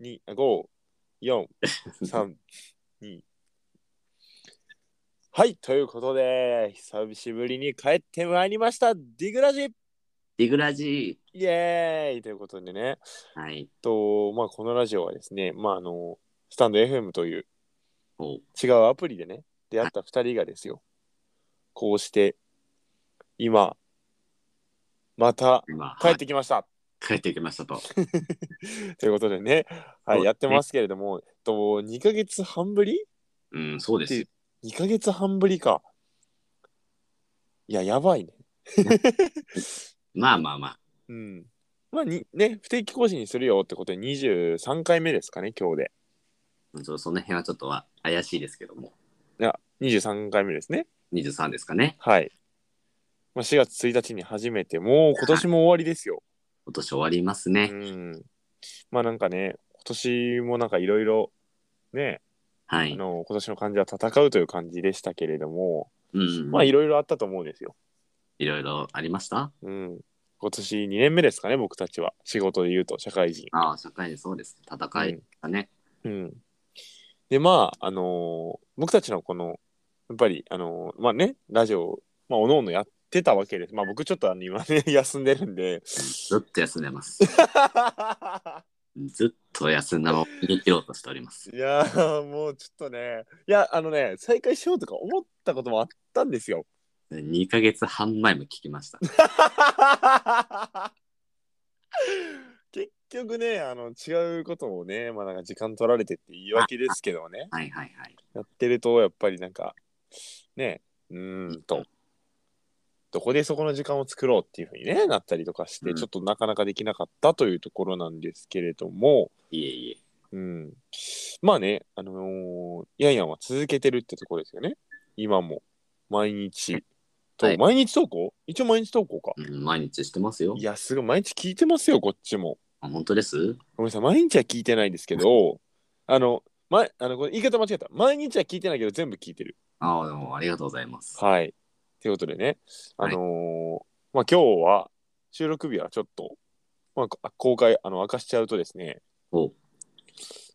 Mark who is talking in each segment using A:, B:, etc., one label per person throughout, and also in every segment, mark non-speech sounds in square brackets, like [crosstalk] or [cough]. A: 2、5、4、3、2。はい、ということで、久しぶりに帰ってまいりました、ディグラジ
B: ディグラジ
A: イエーイということでね、
B: ー。はい。
A: とまあ、このラジオはですね、まあ、あのスタンド FM という
B: おう
A: 違うアプリでね、出会った2人がですよ、こうして、今、また
B: 今、
A: 帰
B: 帰
A: っ
B: って
A: きました。
B: 帰ってきましたと。
A: ということでね、
B: そう
A: はい、
B: ですね
A: やってますけれども、えっと、2ヶ月半ぶり
B: うん、そうです。
A: ?2 ヶ月半ぶりか。いや、やばいね。
B: まあまあまあ。
A: うん。まあ、にね、不定期更新にするよってことで23回目ですかね、今日で。
B: ちょっとその辺はちょっとは怪しいですけども。
A: いや、23回目ですね。
B: 23ですかね。
A: はい。まあ、4月1日に初めて、もう今年も終わりですよ。
B: 今年終わります
A: う
B: ね。
A: ん。まあなんかね、今年もなんかいろいろ、ね、
B: は
A: あ
B: い。
A: の、今年の感じは戦うという感じでしたけれども、
B: うん。
A: まあいろいろあったと思うんですよ。
B: いろいろありました
A: うん。今年2年目ですかね、僕たちは。仕事で言うと、社会人。
B: ああ、社会でそうです。戦いだね。
A: うん。で、まあ、あのー僕たちのこの、やっぱり、あのーまあね、ラジオ、まあ、おのおのやってたわけです。まあ、僕ちょっとあの今ね、 [laughs] 休んでるんで。
B: ずっと休んでます。ずっと休んだまま逃げ切ろうとしております。
A: いやー、もうちょっとね、いや、あのね、再開しようとか思ったこともあったんです [laughs] よ。
B: 2ヶ月半前も聞きました。
A: 結局ね、あの、違うことをね、まあ、なんか時間取られてって言い訳ですけどね。
B: はいはいはい。
A: やってるとやっぱりなんかねうーんとどこでそこの時間を作ろうっていうふうに、ね、なったりとかして、
B: うん
A: ちょっとなかなかできなかったというところなんですけれども、
B: いえいえ。
A: うん、まあねあのーヤンヤンは続けてるってところですよね今も毎日と、
B: はい
A: 毎日投稿一応毎日投稿か
B: うん、毎日してますよ
A: い。やすごい毎日聞いてますよこっちも
B: あ本当です
A: ごめんなさい毎日は聞いてないんですけどあの,、ま、あのこれ言い方間違えた毎日は聞いてないけど全部聞いてる
B: ああ、でもありがとうございます。
A: はい。ということでね、あ
B: はい
A: のーまあ今日は収録日はちょっと、まあこ、公開あの明かしちゃうとですね、
B: おう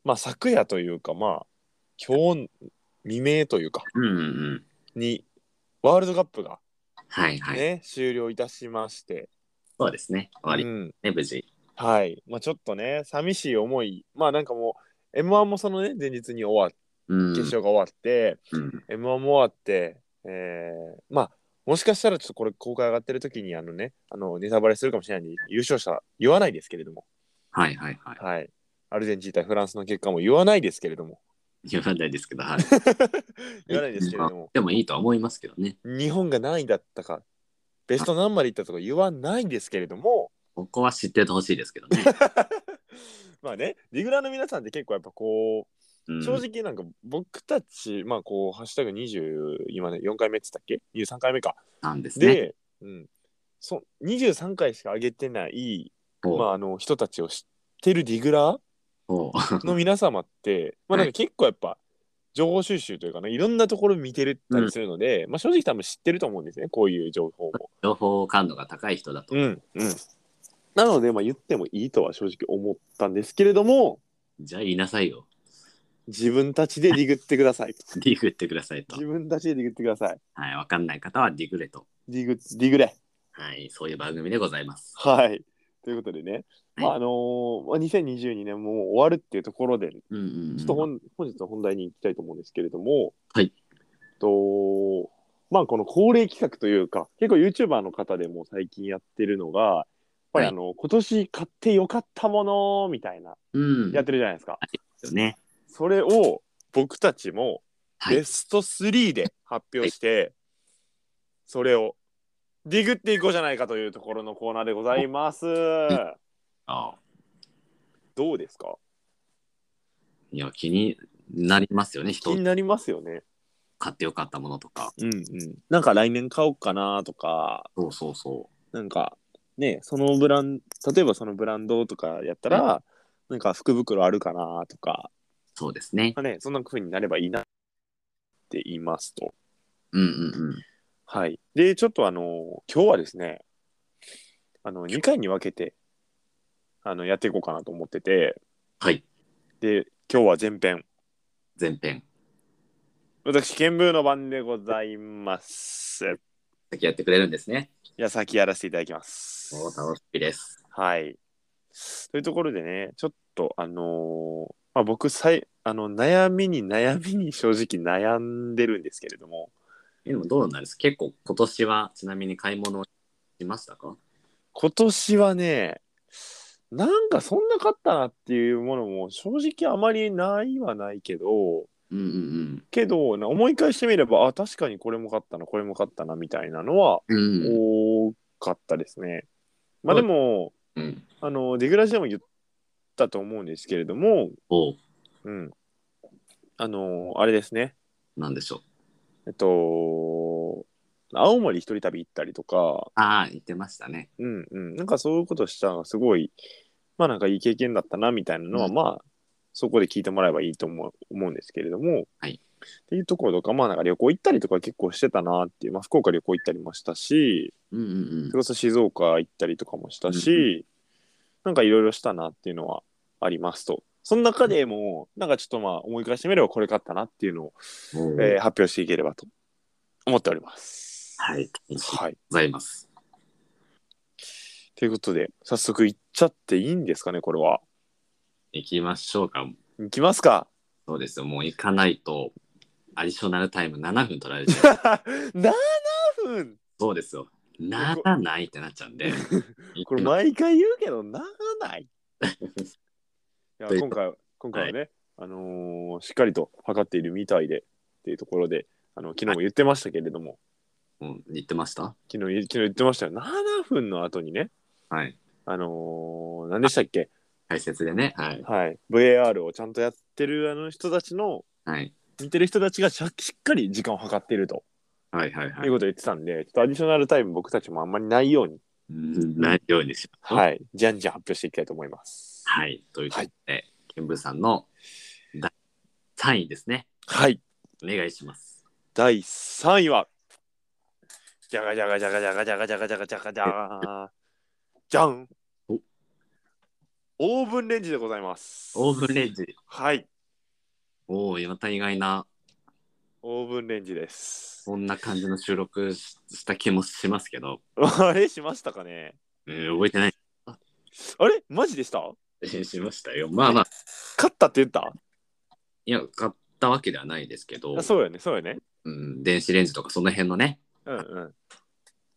A: まあ昨夜というか、まあ今日未明というか
B: うんうんうん。
A: にワールドカップが
B: はいはい。
A: ね、終了いたしまして、
B: そうですね。終わり
A: う
B: ね、
A: ん、
B: 無事。
A: はい。まあちょっとね、寂しい思い、まあなんかもう M1 もそのね前日に終わっ
B: うん。
A: 決勝が終わって、
B: うん。
A: M1 も終わって、えーまあもしかしたらちょっとこれ公開上がってる時にあのねあのネタバレするかもしれないんで優勝者言わないですけれども
B: はいはいはい。
A: はいアルゼンチン対フランスの結果も言わないですけれども [laughs]
B: 言わないですけど、はい。
A: 言わないですけれども
B: でもいいとは思いますけどね。
A: 日本が何位だったかベスト何までいったとか言わないですけれども
B: ここは知っててほしいですけど
A: [laughs]
B: ね。
A: まあねリグラの皆さんって結構やっぱこ
B: う、
A: うん正直なんか僕たち、まあこう「ハッシュタグ #20」今ね4回目って言ったっけ23回目か
B: なんですね。
A: で、うん、そ23回しか上げてない、
B: おう
A: まあ、あの人たちを知ってるディグラ
B: おう
A: ーの皆様って、まあ、なんか結構やっぱ情報収集というかねいろんなところ見てるったりするので、まあ、正直多分知ってると思うんですねこういう情報も。
B: 情報感度が高い人だと。
A: うんうん、なので、まあ、言ってもいいとは正直思ったんですけれども
B: じゃあ言いなさいよ。 [laughs]
A: 自分たちでディグってください
B: ディグってくださいと
A: 自。分たちでディグってください
B: はい。わかんない方はディグレと。
A: ディグディグれ
B: はい。そういう番組でございます。
A: はいということでね、まあ
B: はい
A: あのーまあ、2022年もう終わるっていうところで
B: うんうん、うん。
A: ちょっと本,、本日の本題に行きたいと思うんですけれども、
B: はい。
A: と、まあ、この恒例企画というか、結構 YouTuber の方でも最近やってるのが、やっぱりあの、今年買ってよかったものみたいな、
B: うん。
A: やってるじゃないですか。
B: ですよね。
A: それを僕たちも
B: はい
A: ベスト3で発表して、それをディグっていこうじゃないかというところのコーナーでございます。
B: ああ
A: どうですか
B: いや、気になりますよね。
A: 気
B: 人
A: になりますよね。
B: 買ってよかったものとか。
A: うんうん。なんか来年買おうかなとか、
B: そうそうそ
A: なんかねそのブラン例えばそのブランドとかやったら、なんか福袋あるかなとか、
B: う。そうですね。
A: まあね、そんな風になればいいなって言いますと
B: うんうんうん。
A: はいでちょっとあの今日はですねあの2回に分けてあのやっていこうかなと思ってて
B: はい。
A: で、今日は前編。
B: 前編。
A: 私、剣舞の番でございます。い
B: 先やってくれるんですね。
A: や、先やらせていただきます。
B: お楽しみです。
A: はい。というところでね、ちょっと、あのーまあ、僕さい、あの、悩みに悩みに正直悩んでるんですけれども、
B: えでもどうなんです結構今年はちなみに買い物しましたか
A: 今年はね、なんかそんな買ったなっていうものも正直あまりないはないけど、
B: うんうん
A: けど、な思い返してみれば、あ、確かにこれも買ったな、これも買ったな、みたいなのは
B: うん。うん。
A: 多かったですね。まあでも、
B: うん、
A: あの、デグラジでも言ったと思うんですけれども、
B: おう
A: うん。あのーあれですね。
B: なんでしょう。
A: えっと、青森一人旅行ったりとか、
B: ああ、言ってましたね。
A: うんうん、なんかそういうことしたのがすごい、まあなんかいい経験だったなみたいなのは、
B: うん
A: まあ、そこで聞いてもらえばいいと思う思うんですけれども、
B: はい
A: っていうところとか、まあなんか旅行行ったりとか結構してたなっていう、まあ福岡旅行行ったりもしたし、
B: うんうん
A: それこそ静岡行ったりとかもしたし、
B: うん
A: なんかいろいろしたなっていうのはありますと。その中でも、なんかちょっとまあ思い返してみればこれ買ったなっていうのを、
B: うん。おう
A: えー発表していければと思っております。
B: はい、楽しみで
A: はい。
B: ございます。
A: ということで、早速行っちゃっていいんですかね、これは。
B: 行きましょうか。
A: 行きます [laughs] か。
B: そうですよ。もう行かないと、アディショナルタイム7分取られちゃう。
A: 7分
B: そうですよ。ならないってなっちゃ [laughs] うんで。
A: これ
B: 行きま
A: 毎回言うけど、なら [laughs] ない。いや、
B: という
A: 今回、今回はね、あのーしっかりと測っているみたいで、っていうところで、あの、昨日も言ってましたけれども、
B: うん言ってました
A: 昨日、昨日言ってましたよ。7分の後にね、
B: はい。
A: あのー何でしたっけ
B: 解説でね。はい。
A: はい。VAR をちゃんとやってるあの人たちの、
B: はい。
A: 見てる人たちがしゃしっかり時間を計っていると
B: はいはい
A: い
B: は
A: う
B: い。
A: ことを言ってたんで、ちょっとアディショナルタイム僕たちもあんまりないように、
B: うんないようにします。
A: はい、じゃんじゃん発表していきたいと思います。
B: はい。ということで、ケンブーさんの第3位ですね。
A: はい。
B: お願いします。
A: 第3位は、じゃがじゃがじゃがじゃがじゃがじゃがじゃがじゃがじゃがじゃん
B: お
A: オーブンレンジでございます。
B: オーブンレンジ。
A: はい、
B: おお、また意外な、
A: オーブンレンジです。
B: こんな感じの収録しした気もしますけど、
A: あれしましたかね
B: うん覚えてない。
A: あれマジでした
B: しましたよ。まあまあ、
A: 勝ったって言った
B: いや、買ったわけではないですけど
A: あ、そうよね、そうよね。
B: うん、電子レンジとかその辺のね、
A: うんうん。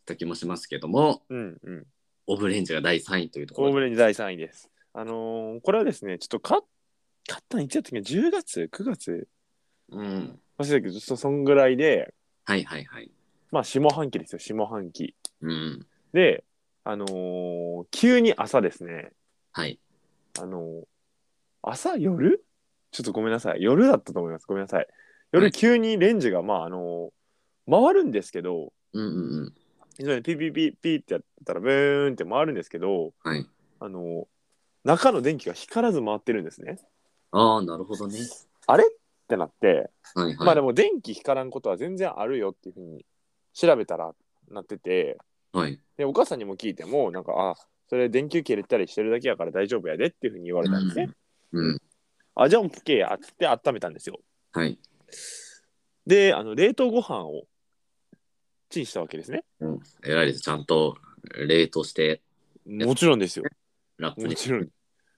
B: した気もしますけども、
A: うんうん。
B: オーブンレンジが第3位というとこ
A: オーブ
B: ろで。
A: レンジ第3位です。あのーこれはですね、ちょっとか買ったのいつやったっけ ?10 月 ?9 月
B: うん。
A: 忘れたけど、そそんぐらいで、
B: はいはいはい。
A: まあ、下半期ですよ、下半期。
B: うん。
A: で、あのー急に朝ですね、
B: はい。
A: あのー朝夜ちょっとごめんなさい。夜だったと思います。ごめんなさい。
B: は
A: 夜
B: い
A: 急にレンジが、まあ、あのー回るんですけど、
B: うんうんうん。
A: 非常にピーピーピーピーってやったら、ブーンって回るんですけど、
B: はい。
A: あのー中の電気が光らず回ってるんですね。っ
B: ああ、なるほどね。
A: てなって、
B: はいはい。
A: まあでも電気光らんことは全然あるよっていうふうに調べたらなってて
B: はい。
A: でお母さんにも聞いてもなんかあそれ電球機入れたりしてるだけやから大丈夫やでっていうふうに言われたんですね、
B: うん。
A: あじゃあ OK やって温めたんですよ
B: はい。
A: であの冷凍ご飯をチンしたわけですね
B: うん。偉いです。ちゃんと冷凍して
A: もちろんですよ
B: ラップ
A: も
B: に
A: ちろん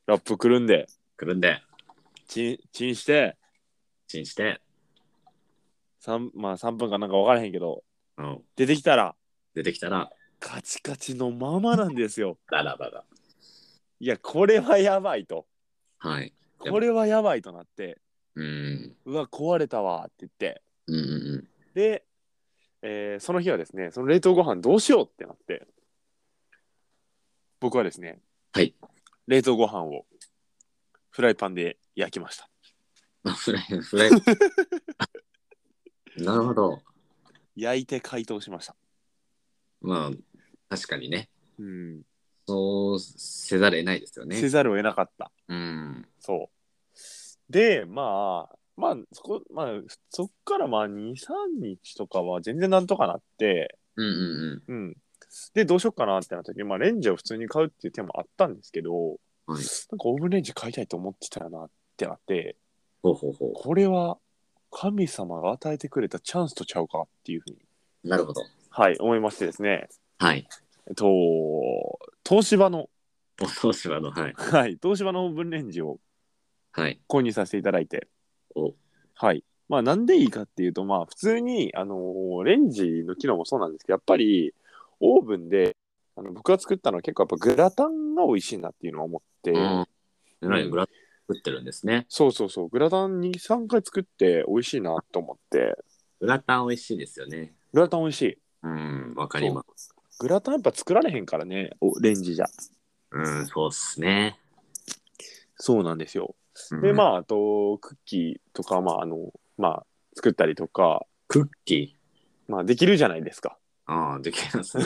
A: ラップくるんで
B: くるんで、
A: チンチンして
B: チンして、
A: 3,、まあ、3分かなんか分からへんけど
B: うん、
A: 出てきたら
B: 出てきたら、
A: カチカチのままなんですよ
B: ララバが。
A: いやこれはやばいと
B: はい。
A: これはやばいとなって
B: うん。
A: うわ壊れたわって言って
B: うんうん
A: で、えーその日はですねその冷凍ご飯どうしようってなって僕はですね
B: はい
A: 冷凍ご飯をフライパンで焼きました
B: うん。フライ、
A: [laughs]
B: フライ。なるほど。
A: 焼いて解凍しました
B: まあ、確かにね。
A: うん
B: そうせざるを得ないですよ
A: せ
B: ね。
A: ざるを得なかった
B: うん。
A: そうでまあまあそこまあそっからまあ23日とかは全然なんとかなって
B: うんうん
A: うんでどうしようかなってなった時にまあレンジを普通に買うっていう手もあったんですけど
B: うん。はい。
A: なんかオーブンレンジ買いたいと思ってたよなっってなって
B: ほうほうほ
A: これは神様が与えてくれたチャンスとちゃうかっていうふうに、
B: う。なるほど。
A: はい、思いましてですね、
B: はい。
A: えっと、東芝の、
B: お東芝の、はい。
A: はい、東芝のオーブンレンジを
B: はい。
A: 購入させていただいて、
B: お、
A: はい。まあ、なんでいいかっていうと、まあ、普通に、あのーレンジの機能もそうなんですけど、やっぱり、オーブンで、あの僕が作ったのは結構やっぱグラタンが美味しいなっていうのは思って、
B: うん。えらいグラ作ってるんですね。
A: そうそうそう、グラタン2、3回作って美味しいなと思って、
B: グラタン美味しいですよね。
A: グラタン美味しい。
B: うん、わかります。
A: グラタンやっぱ作られへんからね、おレンジじゃ。
B: うん、そうっすね。
A: そうなんですよ。で、ま
B: あ。
A: あ、あと、クッキーとか、まあ、あの、まあ、作ったりとか、
B: クッキ
A: まあ、できるじゃないですか。
B: ー。ああ、できます [laughs] ね。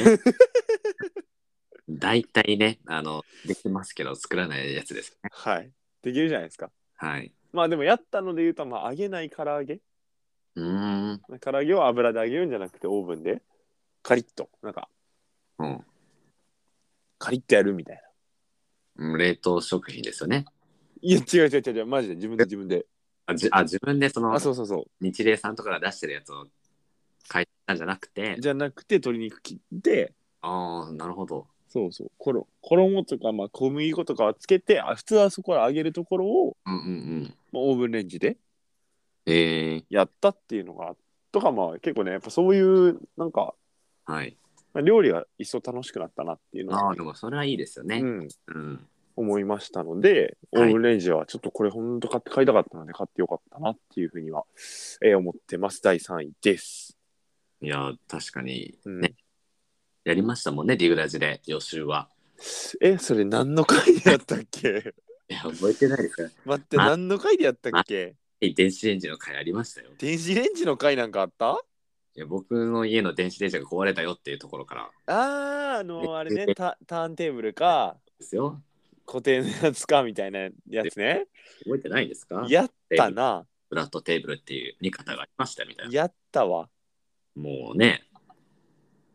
B: 大体ね、あの、できますけど、作らないやつですね。
A: はい。できるじゃないですか。
B: はい。
A: まあ、でも、やったので言うと、まあ、揚げない唐揚げ
B: うーん。
A: 唐揚げを油で揚げるんじゃなくてオーブンでカリッとなんか
B: うん
A: カリッとやるみたいな
B: うん。冷凍食品ですよね。
A: いや違う違う違う違うマジで自分で自分で
B: あ、じあ自分でその
A: あ、そうそうそ
B: 日霊さんとかが出してるやつを買ったんじゃなくて
A: う、じゃなくて鶏肉切って
B: ああ、なるほど。
A: そうそう衣衣とか、まあ、小麦粉とかはつけてあ普通はそこから揚げるところを、
B: うんうんうん。
A: まあ、オーブンレンジで
B: ええ
A: やったっていうのがとかまあ結構ねやっぱそういうなんか
B: はい。
A: まあ料理が一層楽しくなったなっていうの
B: あ
A: は、
B: あ、でもそれはいいですよ
A: う
B: ね。
A: ん、
B: うん。
A: 思いましたのでオ
B: はい
A: ーブンレンジはちょっとこれ本当買って買いたかったので買ってよかったなっていうふうには、えー思ってます第3位です、
B: いやー、確かに、
A: うん
B: ねやりましたもんね、リグラジで予習は。
A: えそれ何の回でやったっけ
B: いや、覚えてないですか
A: [laughs] 待って
B: ま
A: 何の回でやったっけ
B: 電子レンジの回ありましたよ。
A: 電子レンジの回なんかあった
B: いや、僕の家の電子レンジが壊れたよっていうところから
A: あーあのあれねタターンテーブルか
B: ですよ。
A: 固定のやつかみたいなやつね
B: 覚えてないですか
A: やったな
B: フラットテーブルっていう見方がありましたみたいな。
A: やったわ
B: もうね、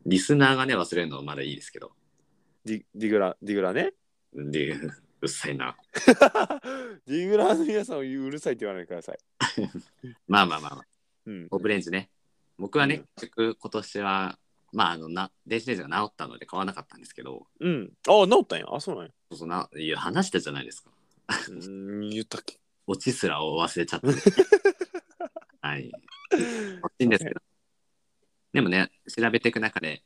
B: リスナーがね、忘れるのはまだいいですけど。
A: ディディグラディグラね [laughs]
B: で、 [laughs] うっさいな。
A: ディグラの皆さんをうるさいって言わないでください、
B: まあまあまあまあ、
A: うん、
B: オーブレンジね。僕はね、
A: うん
B: 結局今年は、まあ、あのな、電子レンジが治ったので買わなかったんですけど、
A: うんあ治ったんやあそうなんや
B: そんな、いや、話したじゃないですか。
A: うん言ったっけ
B: オチすらを忘れち
A: [laughs]
B: ゃった。はい。欲しいんですけど。でもね、調べていく中で、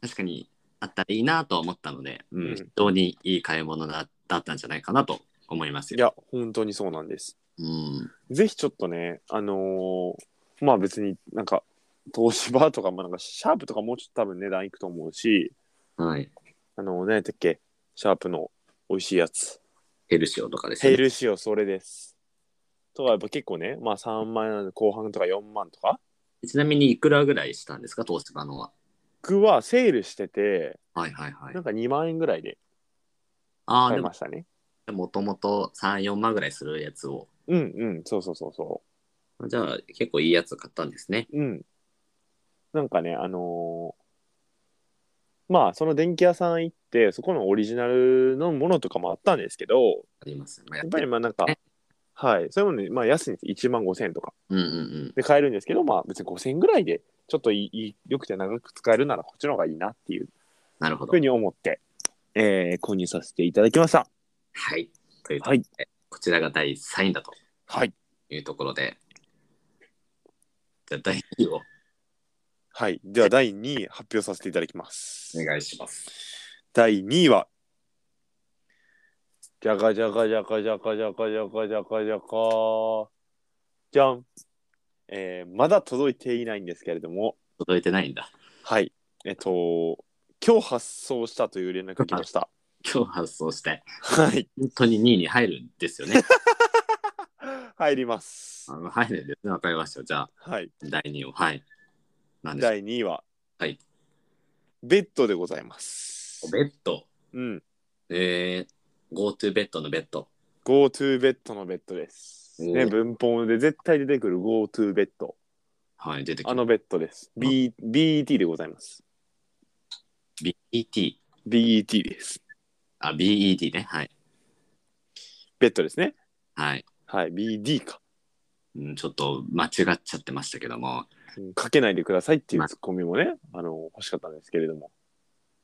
B: 確かにあったらいいなと思ったので、うん、
A: うん
B: 非常にいい買い物だだったんじゃないかなと思います
A: い
B: よ。
A: や本当にそうなんです
B: うん。
A: ぜひちょっとねあのーまあ別になんか東芝とか,、まあ、なんかシャープとかもうちょっと多分値段いくと思うし
B: はい。
A: あのー、何やったっけシャープの美味しいやつ
B: ヘルシオとかですよ
A: ヘ
B: ね。
A: ルシオそれですとかやっぱ結構ねまあ3万後半とか4万とか
B: ちなみにいくらぐらいしたんですか、東芝のは。
A: 僕はセールしてて
B: はいはいはい
A: なん。か2万円ぐらいで
B: ああ、
A: 買
B: で
A: い
B: も
A: ましたね
B: もともと3、4万ぐらいするやつを。
A: うんうんそうそうそうそう
B: じゃあ結構いいやつ買ったんですね。
A: うん。なんかね、あのーまあ、その電気屋さん行って、そこのオリジナルのものとかもあったんですけど、
B: あります。まあ、
A: や
B: や
A: っ
B: っ
A: ぱ
B: ぱ
A: り
B: り。
A: まあなんか
B: ね、
A: はい、そういうものに、まあ安いんです。1万5千円とか
B: うんうんうん。
A: で買えるんですけど、まあ別に5千円ぐらいで、ちょっといい、良くて長く使えるならこっちの方がいいなっていう
B: なるほ
A: ふう
B: ど。
A: に思って、えー購入させていただきました。
B: はい。ということ
A: は
B: で、
A: い。
B: こちらが第3位だと
A: はい。
B: いうところで。じゃあ第2位を
A: はい。では第2位発表させていただきます。
B: お願いします。
A: 第2位は、じゃかじゃかじゃかじゃかじゃかじゃかじゃかじゃかじゃん。えーまだ届いていないんですけれども、
B: 届いてないんだ。
A: はい。えっと、今日発送したという連絡が来ま
B: [laughs]
A: した。
B: 今日発送して、
A: はい。
B: 本当に2位に入るんですよ [laughs] ね。
A: 入ります
B: あ。の入るんですね。わかりました。じゃあ、
A: はい。
B: 第2位を。はい。なんでしょう
A: 第2位は、
B: はい。
A: ベッドでございます。
B: ベッド。
A: うん。
B: えー、GoTo ベッドのベッド。
A: GoTo ベッドのベッドです。
B: お
A: ね、
B: ー
A: 文法で絶対出てくる GoTo ベッド。
B: はい、出てき
A: あ
B: た。
A: のベッドです。B、BET でございます。
B: BET。
A: BET です。
B: あ、BED ね。はい。
A: ベッドですね。
B: はい。
A: はい、BD か。
B: うん、ちょっと間違っちゃってましたけども、
A: うんかけないでくださいっていうツッコミもね、あの、欲しかったんですけれども。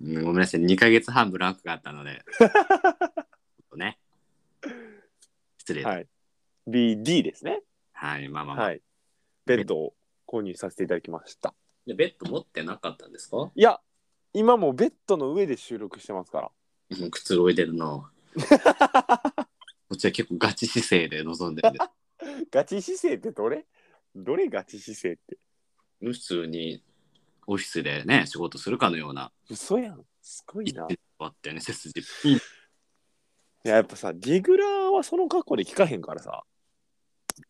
B: うんごめんなさい、2ヶ月半ブランクがあったので、ちょっとね、失礼、
A: は
B: はいい。
A: BD ですね。
B: まあまあまあ、
A: はい。ベッドを購入させていただきました。
B: でベッド持ってなかったんですか
A: いや、今もうベッドの上で収録してますから。
B: うんくつろいでるな。こっちは結構ガチ姿勢で臨んでるんで
A: ガチ姿勢ってどれどれガチ姿勢って。
B: [laughs] 普通にオフィスでね仕事するかのような
A: 嘘やん。すごい
B: 一
A: な。
B: 手
A: い
B: あってね背筋
A: や、やっぱさ、ディグラーはその格好で聞かへんからさ。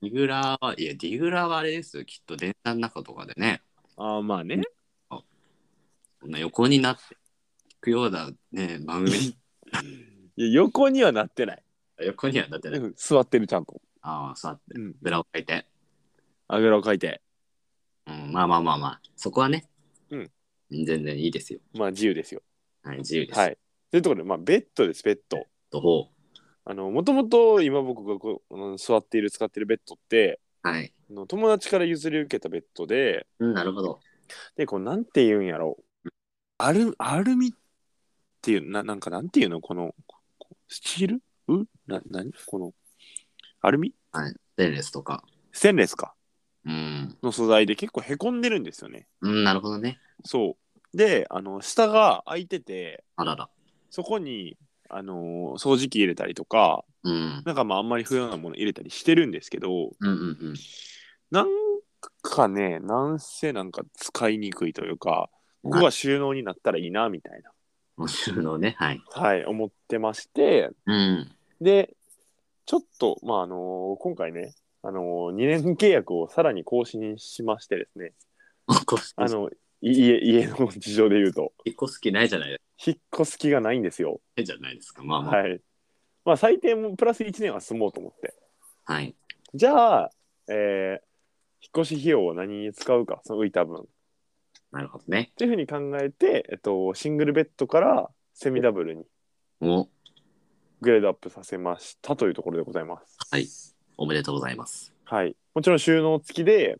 B: ディグラーはいやディグラーはあれですよきっと電車の中とかでね
A: ああ、まあね。
B: こんな横になって聞くようなね
A: [laughs]
B: 番組
A: いや横にはなってない。
B: 横にはだってね
A: うん座ってるちゃんと。
B: ああ座って
A: うん。
B: ブラを書いて、
A: あぐらをかいて。
B: うん、まあまあまあまあそこはね、
A: うん、
B: 全然いいですよ
A: まあ自由ですよ。
B: はい自由です、
A: はい。というところで、まあベッドです、ベッド。
B: とほ
A: あの、もともと今僕がこううん座っている、使ってるベッドって、
B: うはい、
A: あの友達から譲り受けたベッドで、
B: うん、なるほど
A: で、こう、なんて言うんやろう。アル、アルミっていう、な、なんかなんていうのこの、こスチールうな、なにこの、アルミ
B: ステンレスとか
A: ステンレスか。
B: うん、
A: の素材で結構へこんでるんですよね。
B: うん、なるほどね
A: そう。で、あの、下が開いてて、
B: あらら
A: そこに、あのー掃除機入れたりとか、
B: うん
A: なんかまああんまり不要なもの入れたりしてるんですけど、
B: うんうんうん
A: なんかね、なんせなんか使いにくいというか、僕は収納になったらいいな、みたいな、
B: もう収納ねはい
A: はい、思ってまして、
B: うん
A: で、ちょっと、まああのー今回ね、あのー、2年契約をさらに更新しましてですね、あ
B: あの
A: の、い家、家の事情で言うと、
B: 引っ越す気ないじゃないですか
A: 引っ越す気がないんですよ。
B: じゃないですかまあまあはい、
A: はい。まあ最低もプラス1年は住もうと思って。じゃあ、えー引っ越し費用を何に使うか、その浮いた分。っ
B: なるほどね
A: ていうふうに考えて、えっと、シングルベッドからセミダブルに
B: お
A: グレードアップさせましたというところでございます。
B: はいおめでとうございます
A: はい。もちろん収納付きで、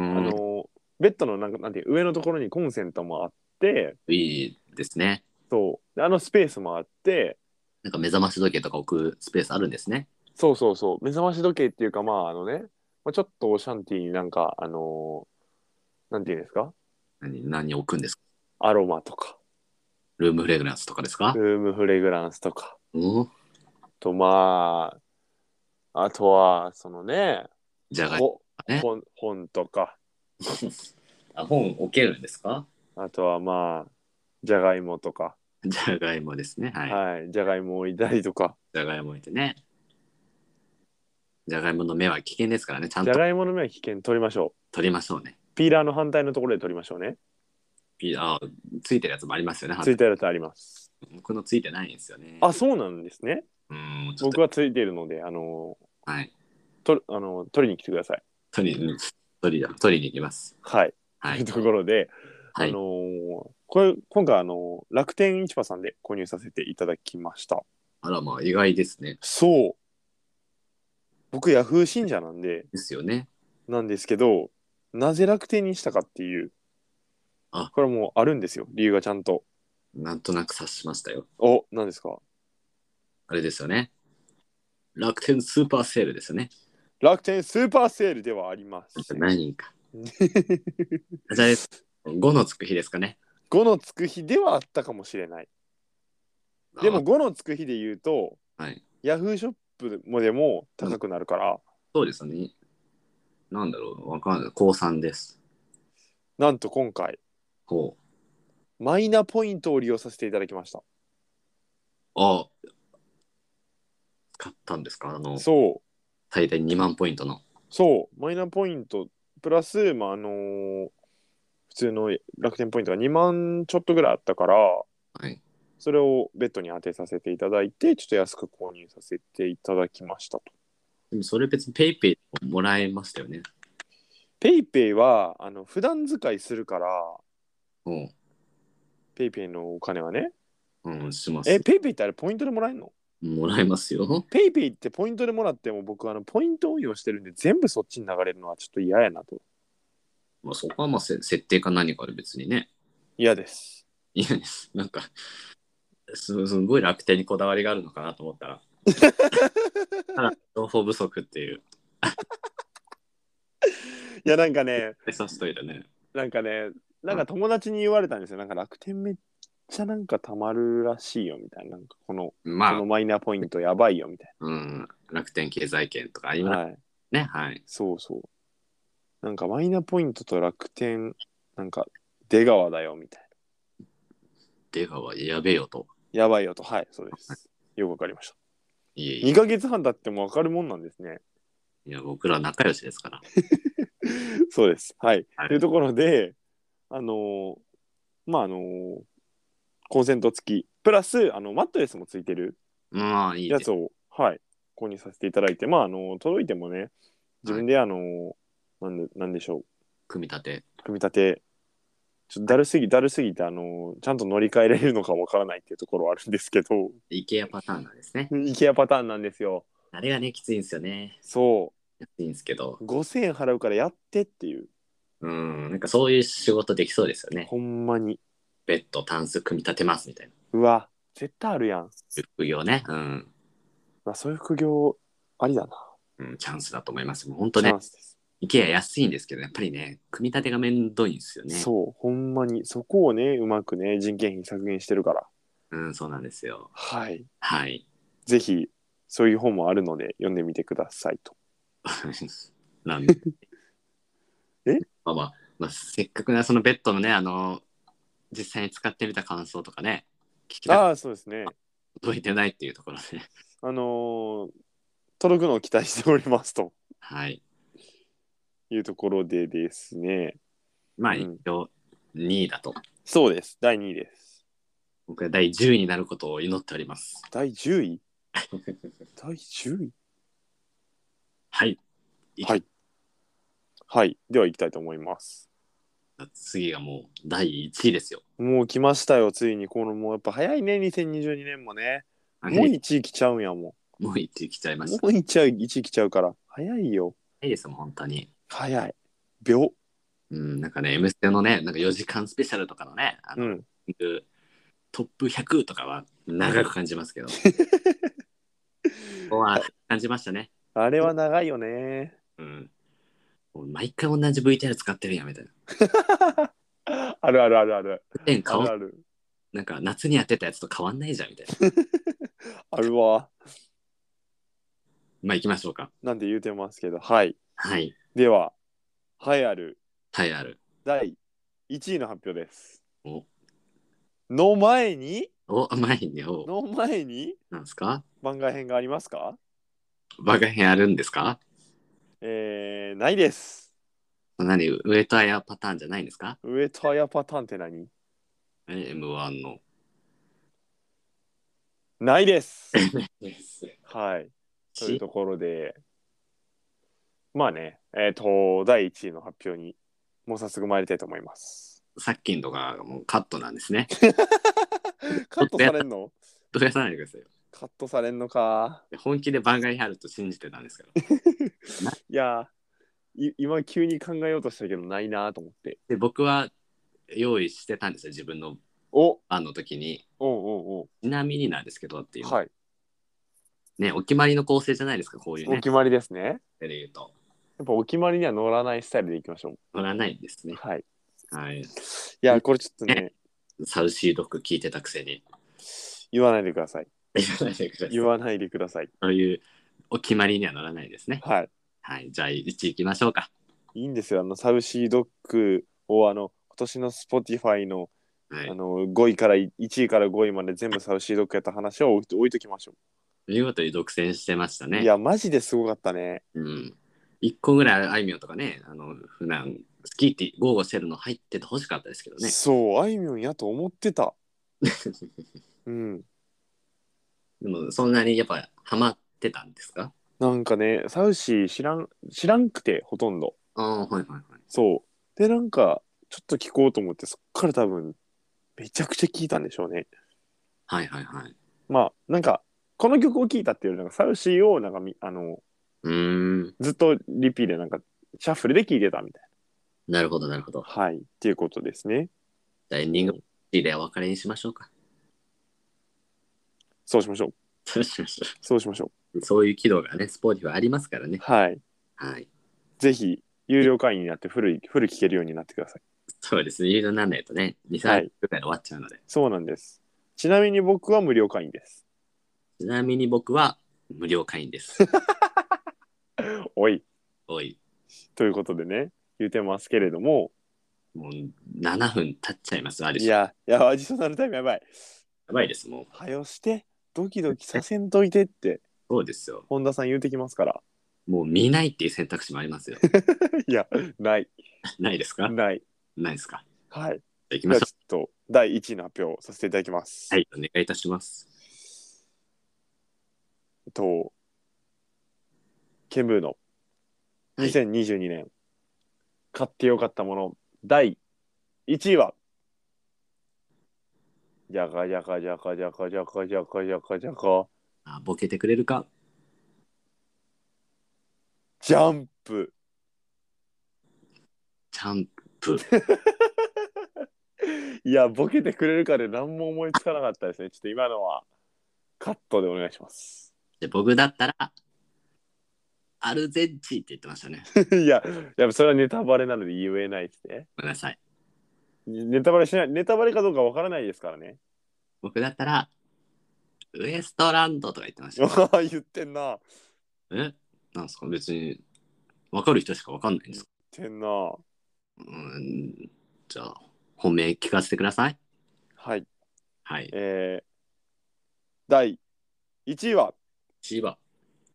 A: あ
B: ん
A: の、ベッドのなんか、なんていう、上のところにコンセントもあって、
B: いいですね
A: そう。であのスペースもあって、
B: なんか目覚まし時計とか置くスペースあるんですね
A: そうそうそう。目覚まし時計っていうか、まあ、あのね、まあ、ちょっとオシャンティーになんか、あのなんていうんですか
B: 何何置くんですか
A: アロマとか、
B: ルームフレグランスとかですか
A: ルームフレグランスとか、
B: お
A: とまああとはそのね
B: じゃがい
A: ほ
B: ね
A: 本本とか
B: あ本置けるんですか
A: あとはまあじゃがいもとか
B: じゃがいもですねはい、
A: はいじゃがいも置いたりとか
B: じゃがいも置いてねじゃがいもの目は危険ですからねちゃん
A: じ
B: と
A: ゃがいもの芽は危険取りましょ
B: 取りましょうね
A: うピーラーの反対のところで取りましょうね
B: ピあついてるやつもありますよね
A: ついてるやつあります
B: 僕のついてないんですよね
A: あそうなんですね
B: うんちょっと
A: 僕はついてるのであの
B: はい。
A: とあの取りに来てください
B: 取り、うん取りだ、取りに行きます。
A: はい、
B: は
A: と
B: [laughs]
A: い。
B: いう
A: ところで、
B: は
A: あ
B: い
A: の。これ今回あの楽天市場さんで購入させていただきました
B: あら、まあ、意外ですね。
A: そう僕ヤフー信者なんで
B: ですよね。
A: なんですけど、なぜ楽天にしたかっていう、
B: あ
A: これもうあるんですよ、理由がちゃんと。
B: なんとなく察しましたよ。
A: お、何ですか
B: あれですよね。楽天スーパーセールですよね。
A: 楽天スーパーセールではあります。
B: 何 [laughs] か。じゃあ、5のつく日ですかね。
A: 5のつく日ではあったかもしれない。でも5のつく日で言うと、
B: あ、はい。
A: ヤフーショップもでも高くなるから、
B: そうですね。なんだろう、わかんない。高3です。
A: なんと今回、
B: ほう。
A: マイナポイントを利用させていただきました。
B: あ買ったんですかあの、
A: そう、
B: 最大2万ポイントの。
A: そう、マイナポイント、プラス、まあ、あのー普通の楽天ポイントが2万ちょっとぐらいあったから、
B: はい。
A: それをベッドに当てさせていただいて、ちょっと安く購入させていただきましたと。
B: でもそれ別にペイペイもらえましたよね。
A: ペイペイは、あの、普段使いするから、
B: ほう。
A: ペイペイのお金はね。
B: うん、します。
A: え、ペイペイってあれポイントでもらえんの
B: もらえますよ。 [laughs]
A: ペイペイってポイントでもらっても僕あのポイント運用してるんで全部そっちに流れるのはちょっと嫌やなと
B: まあ、そこはまあせ設定か何かで別にね。
A: 嫌です
B: いやです。なんかす、すごい楽天にこだわりがあるのかなと思ったら。ただ情報不足っていう。
A: いやなんかね
B: さしといたね。
A: なんかねなんか友達に言われたんですよなんか楽天めっちゃなんかたまるらしいよみたいななんかこのこ
B: まあ
A: の、マイナポイントやばいよみたい
B: うん、楽天経済圏とかあり
A: な、
B: ます
A: はい
B: ね。はい。
A: そうそうなんかマイナポイントと楽天なんか出川だよみたい
B: 出川やべえよと。
A: なやばいよとはいそうです
B: [laughs]
A: よくわかりました
B: いえいえ
A: 2ヶ月半経ってもわかるもんなんですね [laughs]
B: いや、僕ら仲良しですから。
A: そうです。はい。
B: はい
A: というところで、あのーまああのーコンセント付き、プラスあのマットレスも付いてる
B: まあ、いいで
A: や
B: す
A: つ。を、はい、購入させていただいて、まああのー届いてもね、自分であのーなんで、なんでしょ
B: 組み立て。
A: う、組み立て、ちょっとだるすぎ、だるすぎて、あのーちゃんと乗り換えられるのかわからないっていうところはあるんですけど、 [laughs]
B: IKEA パターンなんですね。
A: IKEA パターンなんですよ。
B: あれがね、きついんですよね。
A: そ
B: きついんですけど
A: う、。5000円払うからやってっていう、
B: うん、なんかそういう仕事できそうですよね。
A: ほんまに。
B: ベッド、タンス組み立てますみたいな。
A: うわ、絶対あるやん。
B: 副業ね。うん。
A: まあ、そういう副業ありだな。
B: うん、チャンスだと思います。もう本当
A: チ
B: ね
A: ャ、ンスです
B: IKEA 安いんですけど、やっぱりね、組み立てがめんどいんですよね。
A: そう、ほんまに、そこをね、うまくね、人件費削減してるから。
B: うん、そうなんですよ。
A: はい。
B: はい。
A: ぜひ、そういう本もあるので、読んでみてくださいと。
B: [laughs] なんで。
A: え
B: まあまあ、まあ、せっかくね、そのベッドのね、あの、実際に使ってみた感想とかね、聞きたく
A: ああ、そうですね。
B: 届いてないっていうところで。
A: あのー届くのを期待しておりますと
B: [laughs] はい。
A: いうところでですね。
B: まあ、
A: うん
B: 一応、2位だと。
A: そうです。第2位です。
B: 僕は第10位になることを祈っております。
A: 第10位 [laughs] 第10位
B: はい。
A: はい。はい。では、行きたいと思います。
B: 次がもう第1位ですよ。
A: もう来ましたよ、ついに。この、もうやっぱ早いね、2022年もね。もう
B: も
A: 1位来ちゃうんやもん。
B: う1位来ちゃいました。
A: もう行っちゃう、1行来ちゃうから。早いよ。
B: いいですもん、本当に。
A: 早い。秒。
B: うん、なんかね、M ステのね、なんか4時間スペシャルとかのね、あ
A: う
B: の
A: ん。
B: トップ100とかは長く感
A: [laughs]
B: じますけど。ここは感じましたね。
A: あれは長いよね。
B: うん。もう毎回同じ VTR 使ってるやんみたいな。
A: あるあるあるある。
B: 去年
A: あ
B: 顔
A: るある。
B: なんか夏にやってたやつと変わんないじゃんみたいな。
A: あるわ。
B: まあ行きましょうか。
A: なんて言うてますけど。はい。
B: はい。
A: では、栄えある
B: はい、ある。
A: 第1位の発表です
B: お。
A: の前に、
B: お、前に、お、
A: の前に
B: なんですか
A: 番外編がありますか
B: バカ編あるんですか
A: えー、ないです。
B: 何ウエタヤパターンじゃないんですか
A: 上と綾パターンって何
B: え ?M1 の。
A: ない
B: [laughs]
A: です。はい。という
B: し
A: ところで、まあね、えっ、と、第1位の発表に、もう早速参りたいと思います。
B: さっきのとかもうカットなんですね。
A: カットされんの
B: 増やさないでくださいよ。
A: カットされんのか。
B: 本気で番外編あると信じてたんですけど。
A: いや、い今急に考えようとしたけど、ないなと思って。
B: で、僕は用意してたんですよ、自分の
A: お
B: 番の時に。
A: おうおう
B: ちなみになんですけどって
A: お
B: いうう。
A: はい。
B: ね、お決まりの構成じゃないですか、こういう
A: お
B: ね。
A: 決まりですね。
B: で言うと。
A: やっぱお決まりには乗らないスタイルでいきましょ
B: 乗らないんです
A: う。
B: ね。
A: はい。い
B: はい。
A: や、これちょっとね、
B: サウシードッグ聞いてたくせに。
A: 言わないでください。
B: 言わないでください
A: 言わないでください。
B: そういうお決まりには乗らないですね。
A: はい。
B: はい。じゃあ、1行きましょうか。
A: いいんですよ。あの、サウシードッグを、あの、今年の Spotify の
B: はい
A: あ。の5位から1位から5位まで全部サウシードッグやった話は置いと置いときましょ
B: 見事に独占してました
A: う。
B: ね。
A: いや、マジですごかったね。
B: うん。一個ぐらいあいみょんとかね、あの、普段、好きって豪語してるの入ってて欲しかったですけ
A: [laughs]
B: どね。
A: そう、あいみょんやと思ってた。うん。
B: でも、そんなにやっぱ、ハマってたんですか
A: なんかね、サウシー知らん、知らんくて、ほとんど。
B: ああ、はいはいはい。
A: そう。で、なんか、ちょっと聞こうと思って、そっから多分、めちゃくちゃ聞いたんでしょうね。
B: はいはいはい。
A: まあ、なんか、この曲を聴いたっていうよりなんかサウシーをなんかみあの
B: うーん。
A: ずっとリピーでなんかシャッフルで聴いてたみたい
B: なるほど、なるほど。
A: な。はい。っていうことですね。
B: じゃあエンディングでお別れにしましょうか。 [laughs]
A: そうしましょう。
B: そうしましょ
A: そうしましょ
B: うそういう機能がね、スポーティフありますから
A: う。
B: ね。
A: はい。
B: はい。
A: ぜひ、有料会員になってフル、フル聴けるようになってください。
B: そうですね。有料にならないとね、2、
A: は
B: 3
A: い
B: 分くらいで終わっちゃうので。
A: そうなんです。ちなみに僕は無料会員です。
B: ちなみに僕は無料会員です。 [laughs]
A: おい。
B: おい、
A: ということでね、言うてますけれども、
B: もう7分経っちゃいます。あれ
A: い
B: や
A: や、いや、アディショナルタイムやばい。
B: ばいです、もう。
A: はよして、ドキドキさせんといてって、
B: そうですよ。
A: 本田さん言うてきますから。
B: もう見ないっていう選択肢もありますよ。 [laughs]
A: いや、ない、
B: ないですか
A: ない。
B: ないですか
A: はい。
B: じゃあ行き
A: で
B: ま
A: は
B: しょ
A: ちょっと、第1位の発表をさせていただきます。
B: う。はい、お願いいたします。
A: えっと、ケンブーの
B: はい
A: 2022年、買ってよかったもの第1位は、じゃかじゃかじゃかじゃかじゃかじゃかじゃかじゃか、
B: あボケてくれるか
A: ジャンプ。
B: ジャンプ。
A: いや、ボケてくれるかで何も思いつかなかったですね。ちょっと今のはカットでお願いします。 [laughs]
B: で僕だったら、アルゼンチンって言ってましたね。
A: いや、やっぱそれはネタバレなので言えないですね。
B: ごめんなさい。
A: ネタバレしない、ネタバレかどうかわからないですからね。 [laughs]
B: 僕だったら、ウエストランドとか言ってました。
A: 言ってんな。
B: えなんですか別に、わかる人しかわかんないんですか
A: 言ってんな。は
B: うん、じゃあ、本命聞かせてください。
A: い。
B: はい。
A: えー、第1位は、
B: 千葉。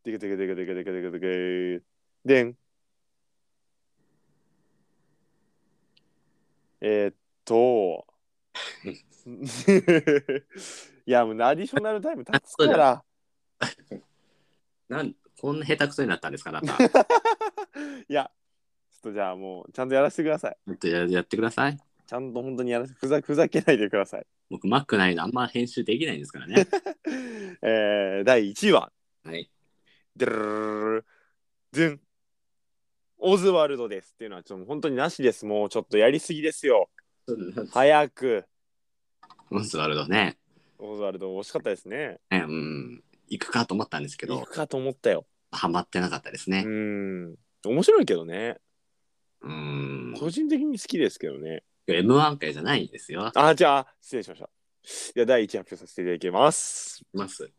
A: でけでけでけでけでけでけでけでん。えー、っと。 [laughs] いや、もうアディショナルタイム経つから。
B: なん、こんな下手くそになったんですかあなた。
A: いや、ちょっとじゃあもう、ちゃんとやらせてください。
B: ちょっとややってください。
A: ちゃんと本当にやらせふざ、ふざけないでください。
B: 僕、マックないのあんま編集できないんですからね。
A: えー、第1位は、
B: はい。
A: でるるるるずん。オズワルドですっていうのはちょっともう本当になしです。もうちょっとやりすぎですよ。早く。
B: オズワルドね。
A: オズワルド惜しかったですね。
B: ねうん。行くかと思ったんですけ
A: 行
B: ど
A: く、かと思ったよ。
B: ハマってなかったです
A: う
B: ね。
A: ん。面白いけどね。
B: うん。
A: 個人的に好きですけどね。
B: M1 回じゃないんですよ。
A: あ、じゃあ、失礼しました。では第1位発表させていただきます。
B: います。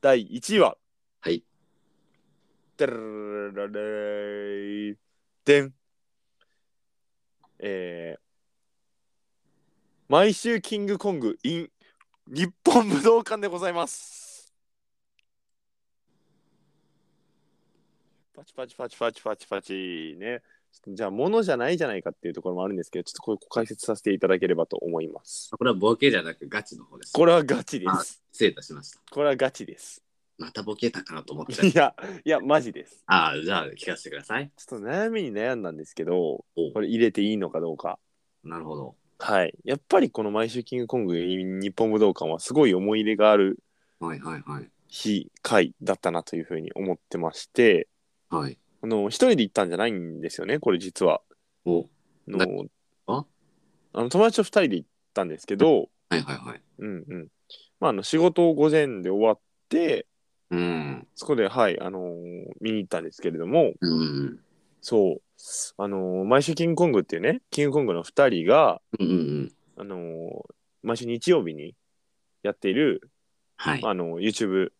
A: 第1位は、
B: はい。
A: でるるるるでん。えー、毎週キングコング in 日本武道館でございます。パチパチパチパチパチパチね。ちょっとじゃあ、ものじゃないじゃないかっていうところもあるんですけど、ちょっとこれ解説させていただければと思います。
B: これはボケじゃなくガチの方です。
A: これはガチで
B: あ
A: す。
B: 失礼いたしました。
A: これはガチです。
B: またボケたかなと思ってた。
A: いや、いや、マジです。
B: ああ、じゃあ聞かせてください。
A: ちょっと悩みに悩んだんですけど、
B: おう
A: これ入れていいのかどうか。
B: なるほど。
A: はい。やっぱりこの毎週キングコング日本武道館はすごい思い入れがある
B: はいはいはい。
A: 日、会だったなというふうに思ってまして、
B: はい。
A: あの、一人で行ったんじゃないんですよね、これ実は。
B: お
A: あの
B: あ
A: あの友達と二人で行ったんですけど、
B: はいはいはい。
A: うんうん。まあ、あの、仕事を午前で終わって、
B: うん。
A: そこで、はい、あのー見に行ったんですけれども、
B: うん。
A: そう、あのー毎週キングコングっていうね、キングコングの二人が、
B: うんうん。
A: あのー毎週日曜日にやっている、
B: はい。
A: あの YouTube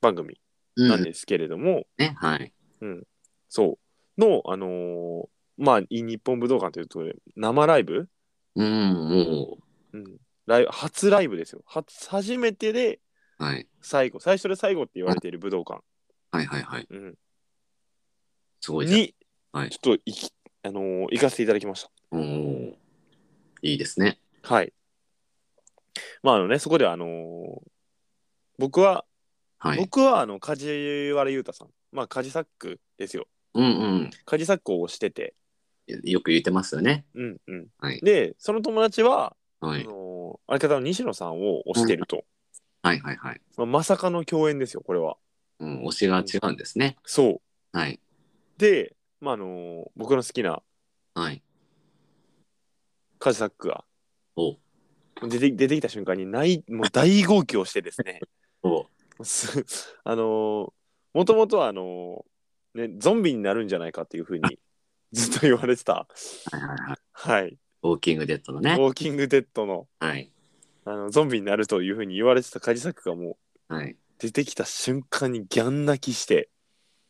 A: 番組
B: う
A: なん
B: ん、
A: ですけれども、
B: ね。はい。
A: そうの、あのーまあ、い日本武道館というところで生ライブ、
B: うん、も
A: うん、ライブ初ライブですよ初初めてで
B: う。はい。
A: 最後最初で最後って言われている武道館、
B: はいはいはい。
A: うん、
B: すごいじゃん。
A: に、
B: はい
A: ちょっと行き、あのー行かせていただきまし
B: おーいいですね。
A: たはいまああのねそこではあのー僕は、
B: はい。
A: 僕はあの梶原裕太さんまあ梶サックですよ
B: うんうん。
A: 梶サックを推してて
B: よく言ってますよね。
A: うんうん、
B: はい
A: でその友達は
B: は
A: あ
B: い。
A: のー相方の西野さんを推してると。
B: はいはいはい。
A: まあまさかの共演ですよこれは
B: うん、推しが違うんですね。
A: そう
B: はい。
A: で、まああの僕の好きな
B: はい。
A: カジサックが
B: おう
A: 出て出てきた瞬間にないもう大号泣をしてです
B: [laughs]
A: ね
B: おう
A: す [laughs] あのー、もともとはあのーね、ゾンビになるんじゃないかっていうふう
B: [laughs]
A: にずっと言われてた、
B: はいはいはい。
A: はい、
B: ウォーキングデッドの
A: ウ
B: ね。
A: ォーキングデッドの
B: はい。
A: あのゾンビになるというふうに言われてたカジサックがもう
B: はい。
A: 出てきた瞬間にギャン泣きして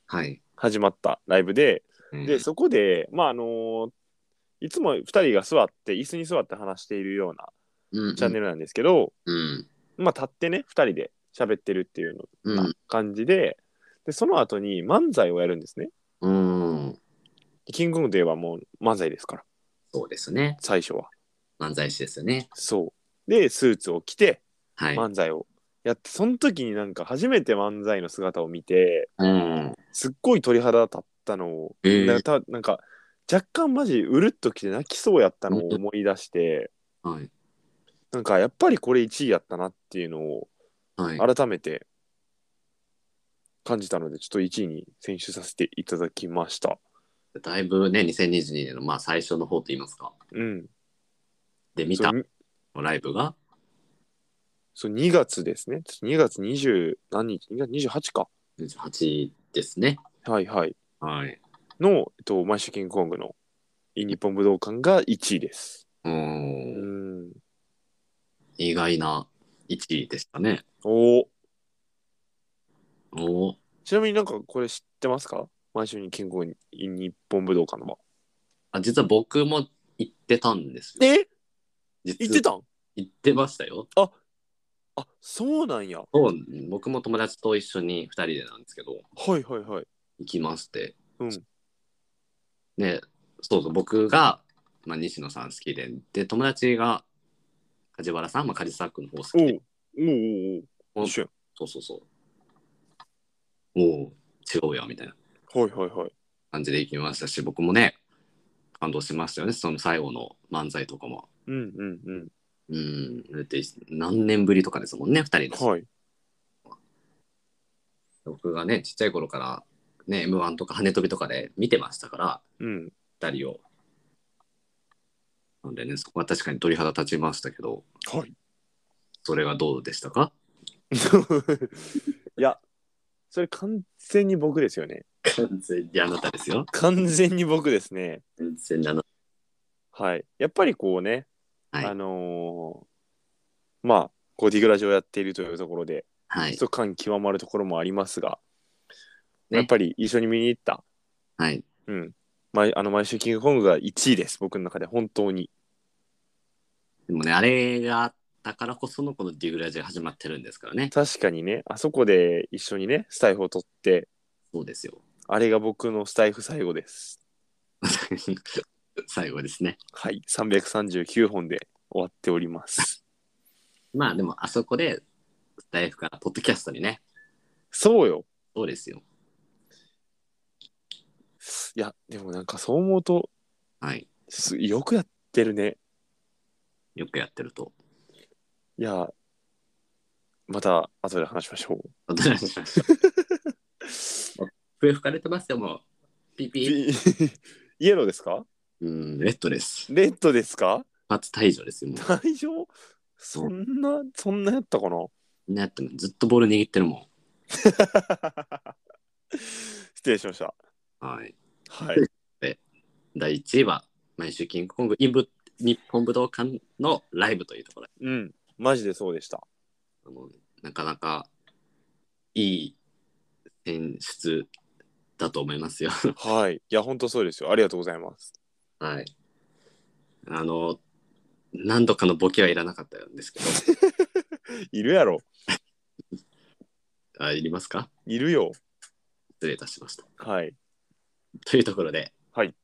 B: はい。
A: 始まったライブで
B: うん
A: でそこでまああのーいつも2人が座って椅子に座って話しているような
B: うん、
A: チャンネルなんですけど、
B: うん。
A: まあ立ってね2人で喋ってるっていうの
B: うん。
A: 感じで,、でその後に漫才をやるんですね
B: うん。
A: キングコングといえばもう漫才ですから
B: そうですね。
A: 最初は
B: 漫才師ですよね。
A: そうでスーツを着て
B: はい。
A: 漫才をやって、その時になんか初めて漫才の姿を見て
B: うん。
A: すっごい鳥肌立ったのを、
B: えー
A: なんかたなんか若干マジうるっときて泣きそうやったのを思い出して、
B: はい。
A: なんかやっぱりこれ1位やったなっていうのを
B: はい。
A: 改めて感じたのでちょっと1位に選出させていただきました。
B: だいぶね、2022年のまあ最初の方と言いますか。
A: うん、
B: で、見
A: そ
B: た
A: う
B: ライブが。
A: そう2月ですね。2月20何日 ?2 月28か。
B: 28ですね。
A: はいはい。
B: はい。
A: の、えっと、毎週キングコングのイン日本武道館が1位です。
B: う。
A: うんん。
B: 意外な1位でしたね。
A: おー
B: おー
A: ちなみになんかこれ知ってますか毎週にキングコングイン日本武道館の場。
B: あ実は僕も行ってたんですよ。
A: え
B: 実
A: 行ってたん
B: 行ってましたよ。
A: あそうなんや。は
B: そう僕も友達と一緒に2人でなんですけど、
A: いはいはい。
B: 行きまして。
A: うん
B: で、そうそう、僕が、まあ、西野さん好きで、で、友達が梶原さん、まあ、梶沢君の方好き
A: おうお
B: で、
A: うおうおう
B: お
A: 一緒やん
B: そうそうそう。もう違うよ、みたいな
A: はいはいはい。
B: 感じで行きましたし、僕もね、感動しましたよね、その最後の漫才とかも。
A: うんうんうん。
B: うん、だって何年ぶりとかですもんね、2人で。
A: はい。
B: 僕がねちっちゃい頃からね m 1とか羽飛びとかで見てましたから
A: うん。
B: 2人をなんでねそこは確かに鳥肌立ちましたけど
A: はい。
B: それがどうでしたか
A: [laughs] いや、それ完全に僕ですよね。
B: 完全にあなたですよ
A: 完全に僕ですね。
B: 完全にあな
A: はい。やっぱりこうね、
B: たは
A: あ
B: い
A: のーまあ、こうディグラジオをやっているというところで、
B: は
A: ちょっ
B: い
A: と感極まるところもありますが、
B: ね
A: やっぱり一緒に見に行った、
B: はい
A: うん。毎あの毎週キングコングが1位です、僕の中で本当に。
B: でもねあれがあったからこそのこのディグラジオ始まってるんですからね
A: 確かにね、あそこで一緒にね、スタイフを取って、
B: そうですよ [laughs]
A: あれが僕のスタイフ最後です。
B: 最後ですね
A: はい、339本で終わっており [laughs] ます。
B: まあでもあそこでスタイフからポッドキャストにね
A: そうよ。
B: そうですよ
A: いや、でもなんかそう思うと、
B: はい
A: すよくやってるね。
B: よくやってる [laughs] と
A: いや、また後で話しましょう。
B: 私たち笛吹かれてますよ、もう。ピ
A: イ [laughs]
B: ピ。
A: イエローですか
B: うん、レッドです。
A: レッドですか
B: 初退場ですよ、もう。
A: 大丈夫そんな、そんなやったか [laughs] な
B: みんなやってもずっとボール握ってるも
A: 失礼しました。
B: ん。はい。
A: はい。
B: 第1位は、毎週キングコングインブ日本武道館のライブというところ
A: うん。マジでそうでした。
B: でもうなかなかいい選出だと思いますよ。 [laughs]
A: はい。いや、本当そうですよ。ありがとうございます。
B: はい。あの、何度かのボケはいらなかったんですけど、
A: いるやろ。
B: あいりますか
A: いるよ。
B: 失礼いたしました。
A: はい。
B: というところで、
A: はい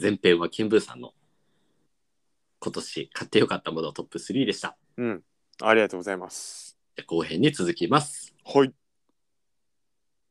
B: 前編はケンブーさんの今年買ってよかったものトップ3でした。
A: うん。ありがとうございます。
B: じゃあ後編に続きます。
A: はい。